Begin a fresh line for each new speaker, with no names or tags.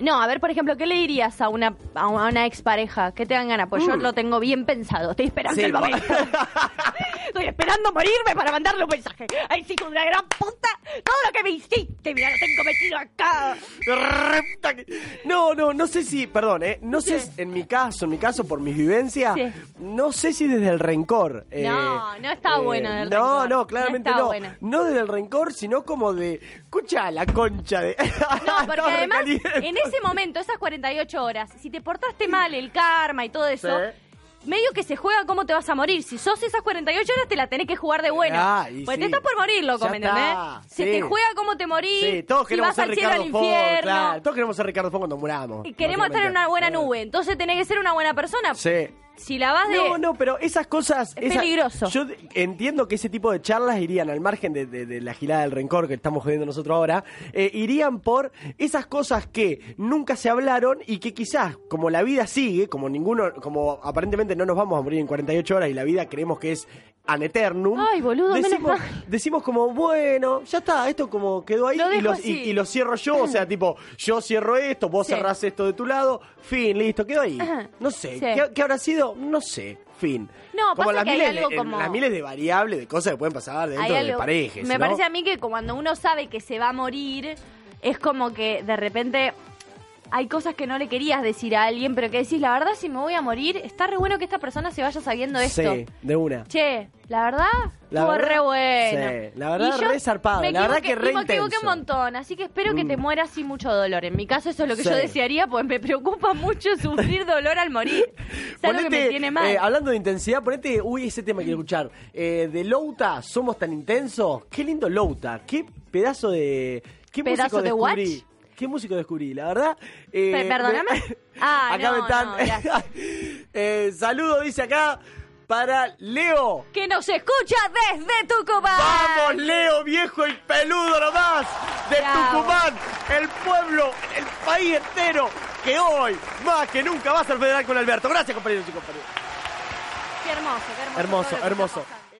No, a ver, por ejemplo, ¿qué le dirías a una, a una expareja? ¿Qué te dan ganas? Pues yo lo tengo bien pensado. Estoy esperando
Mm. Sí,
el
va.
momento. Estoy esperando morirme para mandarle un mensaje. Ay, sí, con una gran puta. Todo lo que me hiciste, mira, lo tengo metido acá.
Repta que- No, no, no sé si, perdón, ¿eh? no sé,
Sí.
en mi caso, en mi caso, por mis vivencias,
Sí.
no sé si desde el rencor. eh,
No, no está bueno del
no,
rencor.
No, claramente
No está
no.
bueno.
No desde el rencor, sino como de, escucha la concha de... Ah,
No, porque
Estaba
además,
recaliente.
en ese momento, esas 48 horas, si te portaste mal, el karma y todo eso, medio que se juega cómo te vas a morir. Si sos esas 48 horas, te la tenés que jugar de buena.
Ah, y
pues
sí.
te estás por morir, loco,
Ya
¿me entendés?
está,
Se
sí.
te juega cómo te morís,
Sí, todos
si
queremos
vas
ser
al cielo,
Ricardo
al
Ford,
infierno.
claro. Todos queremos ser Ricardo Ford cuando muramos.
Y Queremos estar en una buena
básicamente.
nube, entonces tenés que ser una buena persona.
Sí.
Si la vas de...
No, no, pero esas cosas...
Es
esa-
peligroso.
Yo de- entiendo que ese tipo de charlas irían, al margen de, de- de la gilada del rencor que estamos jodiendo nosotros ahora, eh, irían por esas cosas que nunca se hablaron y que quizás, como la vida sigue, como ninguno, como aparentemente no nos vamos a morir en 48 horas y la vida creemos que es an eternum.
Ay, boludo, menos
decimos,
mal.
decimos como, bueno, ya está, esto como quedó ahí
Lo
y,
dejo
lo,
así.
y- y lo cierro yo, o sea, tipo, yo cierro esto, vos
Sí.
cerrás esto de tu lado, fin, listo, quedó ahí.
Ajá.
No sé,
Sí.
¿qué- ¿Qué habrá sido? No sé. Fin.
No,
como
pasa
las
que hay
miles,
algo
de,
como-
las miles de variables, de cosas que pueden pasar dentro
Hay
de
algo-
parejas.
Me
¿no?
parece a mí que cuando uno sabe que se va a morir, es como que de repente hay cosas que no le querías decir a alguien, pero que decís, la verdad, si me voy a morir, está re bueno que esta persona se vaya sabiendo esto.
Sí, de una.
Che, la verdad,
La
estuvo
verdad,
re bueno.
sí, la verdad, re zarpado,
me
la verdad
equivoqué-
que re
y me equivoqué
intenso.
un montón, así que espero que te
Mm.
mueras sin mucho dolor. En mi caso, eso es lo que yo
Sí.
desearía, pues me preocupa mucho sufrir dolor al morir. Es algo que me tiene mal.
eh, hablando de intensidad, ponete, uy, ese tema quiero escuchar. Eh, de Louta, somos tan intensos. Qué lindo Louta, qué pedazo de. ¿Qué
¿Pedazo
músico
de
descubrí?
what?
¿Qué músico descubrí? La verdad. eh,
Pe- perdóname.
me-
Ah,
acá
no,
me están.
no, gracias.
Eh, saludo, dice acá, para Leo.
Que nos escucha desde Tucumán.
Vamos, Leo, viejo y peludo nomás, de
Bravo.
Tucumán, el pueblo, el país entero, que hoy, más que nunca, va a ser federal con Alberto. Gracias, compañeros y compañeras.
Qué hermoso, qué hermoso.
Hermoso,
todo lo que está
hermoso.
pasando.